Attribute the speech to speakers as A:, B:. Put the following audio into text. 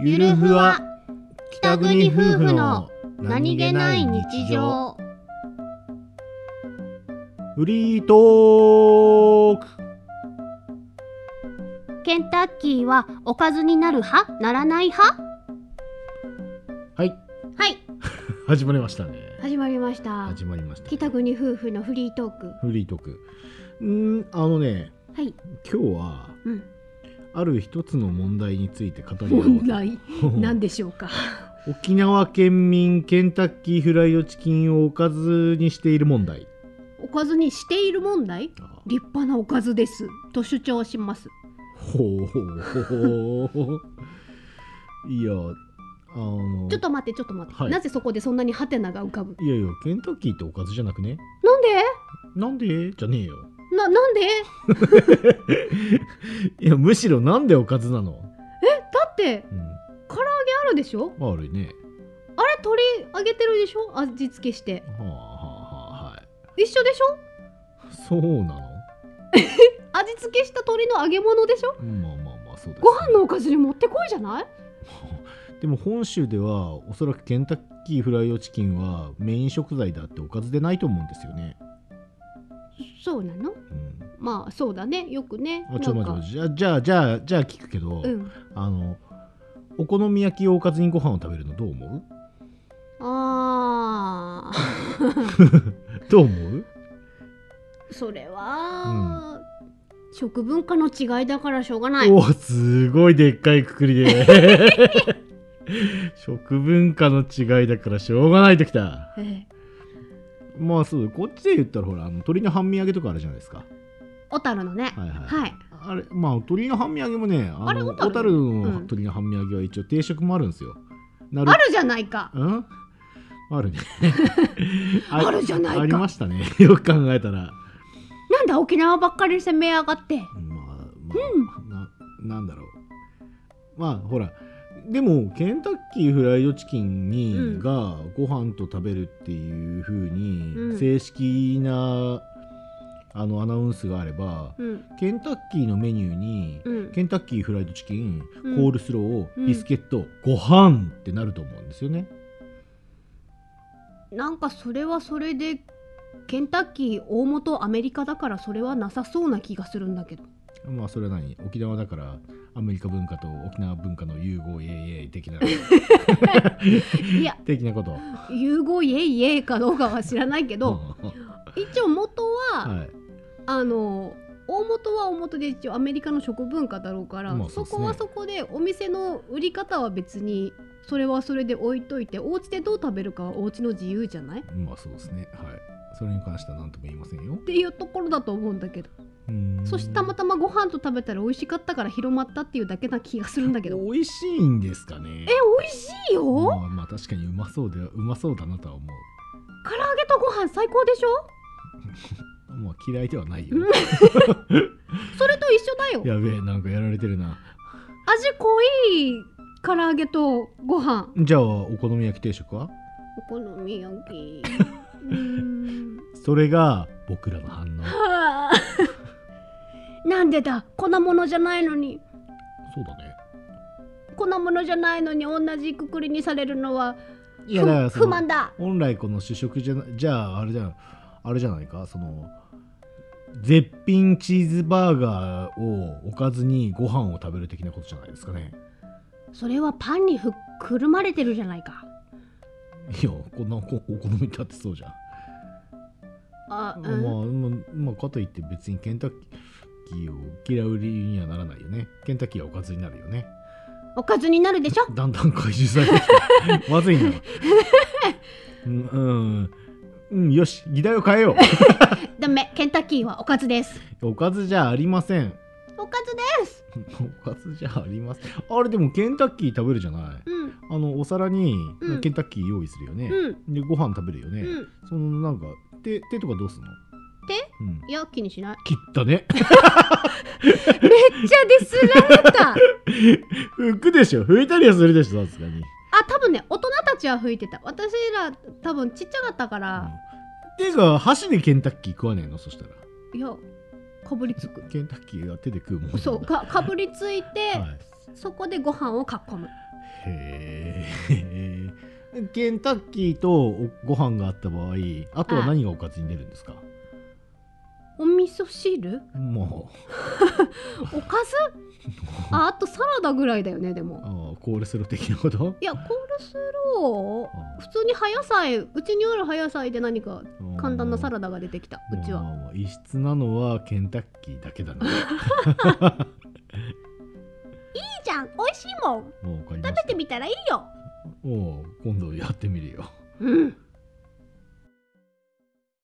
A: ゆるふわ北国夫婦のフリートーク
B: ケンタッキーはおかずになる派ならない派
A: はい
B: はい
A: 始まりましたね
B: 始まりました
A: 始まりました
B: 北国夫婦のフリートーク
A: フリートークんーあのね
B: はい
A: 今日は
B: うん
A: ある一つの問題について語り合おうと
B: 問題何
A: で
B: でしょうか
A: 沖縄県民ケンタッキーフライドチキンをおかずにしている問題
B: おかずにしている問題立派なおかずですと主張します
A: ほうほうほういやあの
B: ちょっと待ってちょっと待って、
A: はい
B: なぜそこでそんなにハテナが浮かぶ
A: いやいやケンタッキーっておかずじゃなくね
B: なんで
A: なんでじゃねえよ
B: ななんで
A: いやむしろなんでおかずなの、
B: だって
A: うん、
B: あるでしょ
A: まあ悪いね
B: あれ取り上げてるでしょ味付けして
A: はあはあはあはい
B: 一緒でしょ
A: そうなの
B: 味付けした鶏の揚げ物でしょ
A: まあまあまあそうです、ね、
B: ご飯のおかずにもってこいじゃない
A: でも本州ではおそらくケンタッキーフライドチキンはメイン食材だっておかずでないと思うんですよね、
B: そうなの
A: うん、
B: まあそうだねよくね
A: あちょっと
B: なん
A: 待
B: か
A: ってじゃあじゃあじゃあじゃあ聞くけど、
B: うん
A: あのお好み焼きをおかずにご飯を食べるのどう思う
B: あ
A: どう思う
B: ーそれは、食文化の違いだからしょうがない
A: おーすごいでっかいくくりで 食文化の違いだからしょうがないときた
B: ええ
A: まあそうこっちで言ったらほらあの鶏の半身揚げとかあるじゃないですか
B: 小樽のね
A: はいはい、
B: はい
A: あれまあ鶏の半身揚げもねあ
B: あれ
A: の小
B: 小樽
A: 樽の
B: うん
A: 鶏の半身揚げは一応定食もあるんですよな
B: あるじゃないか
A: うんあるね
B: あるじゃない か
A: ありましたねよく考えたら
B: なんだ沖縄ばっかり攻め上がって
A: まあ、まあななんだろうまあほらでもケンタッキーフライドチキンに、
B: うん
A: がご飯と食べるっていう風に、
B: うん
A: 正式なあのアナウンスがあれば、
B: うん
A: ケンタッキーのメニューに、
B: うん
A: ケンタッキーフライドチキン、
B: うん
A: コールスロー
B: うん
A: ビスケット、ご飯ってなると思うんですよね。
B: なんかそれはそれでケンタッキー大元アメリカだからそれはなさそうな気がするんだけど
A: まあそれは何沖縄だからアメリカ文化と沖縄文化の融合イエイイエイ 的な
B: いや
A: 的なこと。
B: 融合イエイイエイかどうかは知らないけど、
A: う
B: 一応元は、
A: んはい
B: あの大元は大元で一応アメリカの食文化だろうから、
A: まあそ
B: そう
A: ですね
B: こはそこでお店の売り方は別にそれはそれで置いといてお家でどう食べるかはお家の自由じゃないっ
A: まあそうですね。はい。それに関しては何とも言いませんよ。
B: ていうところだと思うんだけど、そしてたま
A: た
B: たまご飯と食べたら美味しかったから広まったっていうだけな気がするんだけどえ
A: 美味しいんですかね。
B: 美味しいよ、
A: まあ、まあ確かにうまそうではうまそうだなとは思う。
B: 唐揚げとご飯最高でしょ
A: まあ嫌いではないよ
B: う。んそれと一緒だよ
A: やべえなんかやられてるな。
B: 味濃い唐揚げとご飯
A: じゃあお好み焼き定食は？
B: お好み焼 きうーん
A: それが僕らの反応。
B: はあ なんでだ粉物じゃないのに
A: そうだね。
B: 粉物じゃないのに同じくくりにされるのはい
A: やだから
B: ふ
A: そ
B: 不
A: の
B: 満だ
A: 本来この主食じゃなじゃああれじゃんあれじゃないかその絶品チーズバーガーをおかずにご飯を食べる的なことじゃないですかね。
B: それはパンにふくるまれてるじゃないか
A: いやこんなお好みだってそうじゃん、ま
B: あ、う
A: あ
B: ん
A: まあまあかといって別にケンタッキーを嫌う理由にはならないよねケンタッキーはおかずになるよね
B: おかずになるでしょ
A: だんだん怪獣され てきたまずいなうんうん、うん、よし議題を変えよ
B: ダメケンタッキーはおかずです
A: うおかずじゃありません
B: おかずで
A: おかずじゃありませんあれでもケンタッキー食べるじゃない
B: うん
A: あのお皿に
B: うん
A: ケンタッキー用意するよね、
B: うん
A: でご飯食べるよね、
B: うん
A: そのなんか手手とかどうすんの
B: 手
A: うん
B: いや気にしない
A: 切ったね
B: めっちゃディスられ たあ
A: 拭くでしょ拭いたりはするでしょさすがに、
B: 多分ね大人たちは吹いてた私ら多分ちっちゃかったから、
A: 手が箸でケンタッキー食わねえのそしたら
B: いやかぶりつく
A: ケンタッキーは手で食うもんなんだ
B: そうかかぶりついて、
A: はい
B: そこでご飯を囲む
A: へえケンタッキーとご飯があった場合あとは何がおかずに出るんですか
B: お味噌汁
A: も
B: おかずああとサラダぐらいだよねで
A: う
B: も
A: あーコールスロー的なこと
B: いやコールスロ
A: あ
B: ー普通に葉野菜うちにある葉野菜で何か
A: ー
B: 簡単なサラダが出てきたうちは
A: もう異質なのはケンタッキーだけだな
B: いいじゃん美味しいもん
A: もうわかりま
B: 食
A: した
B: べてみたらいいよ
A: おう今度やってみるよ
B: うん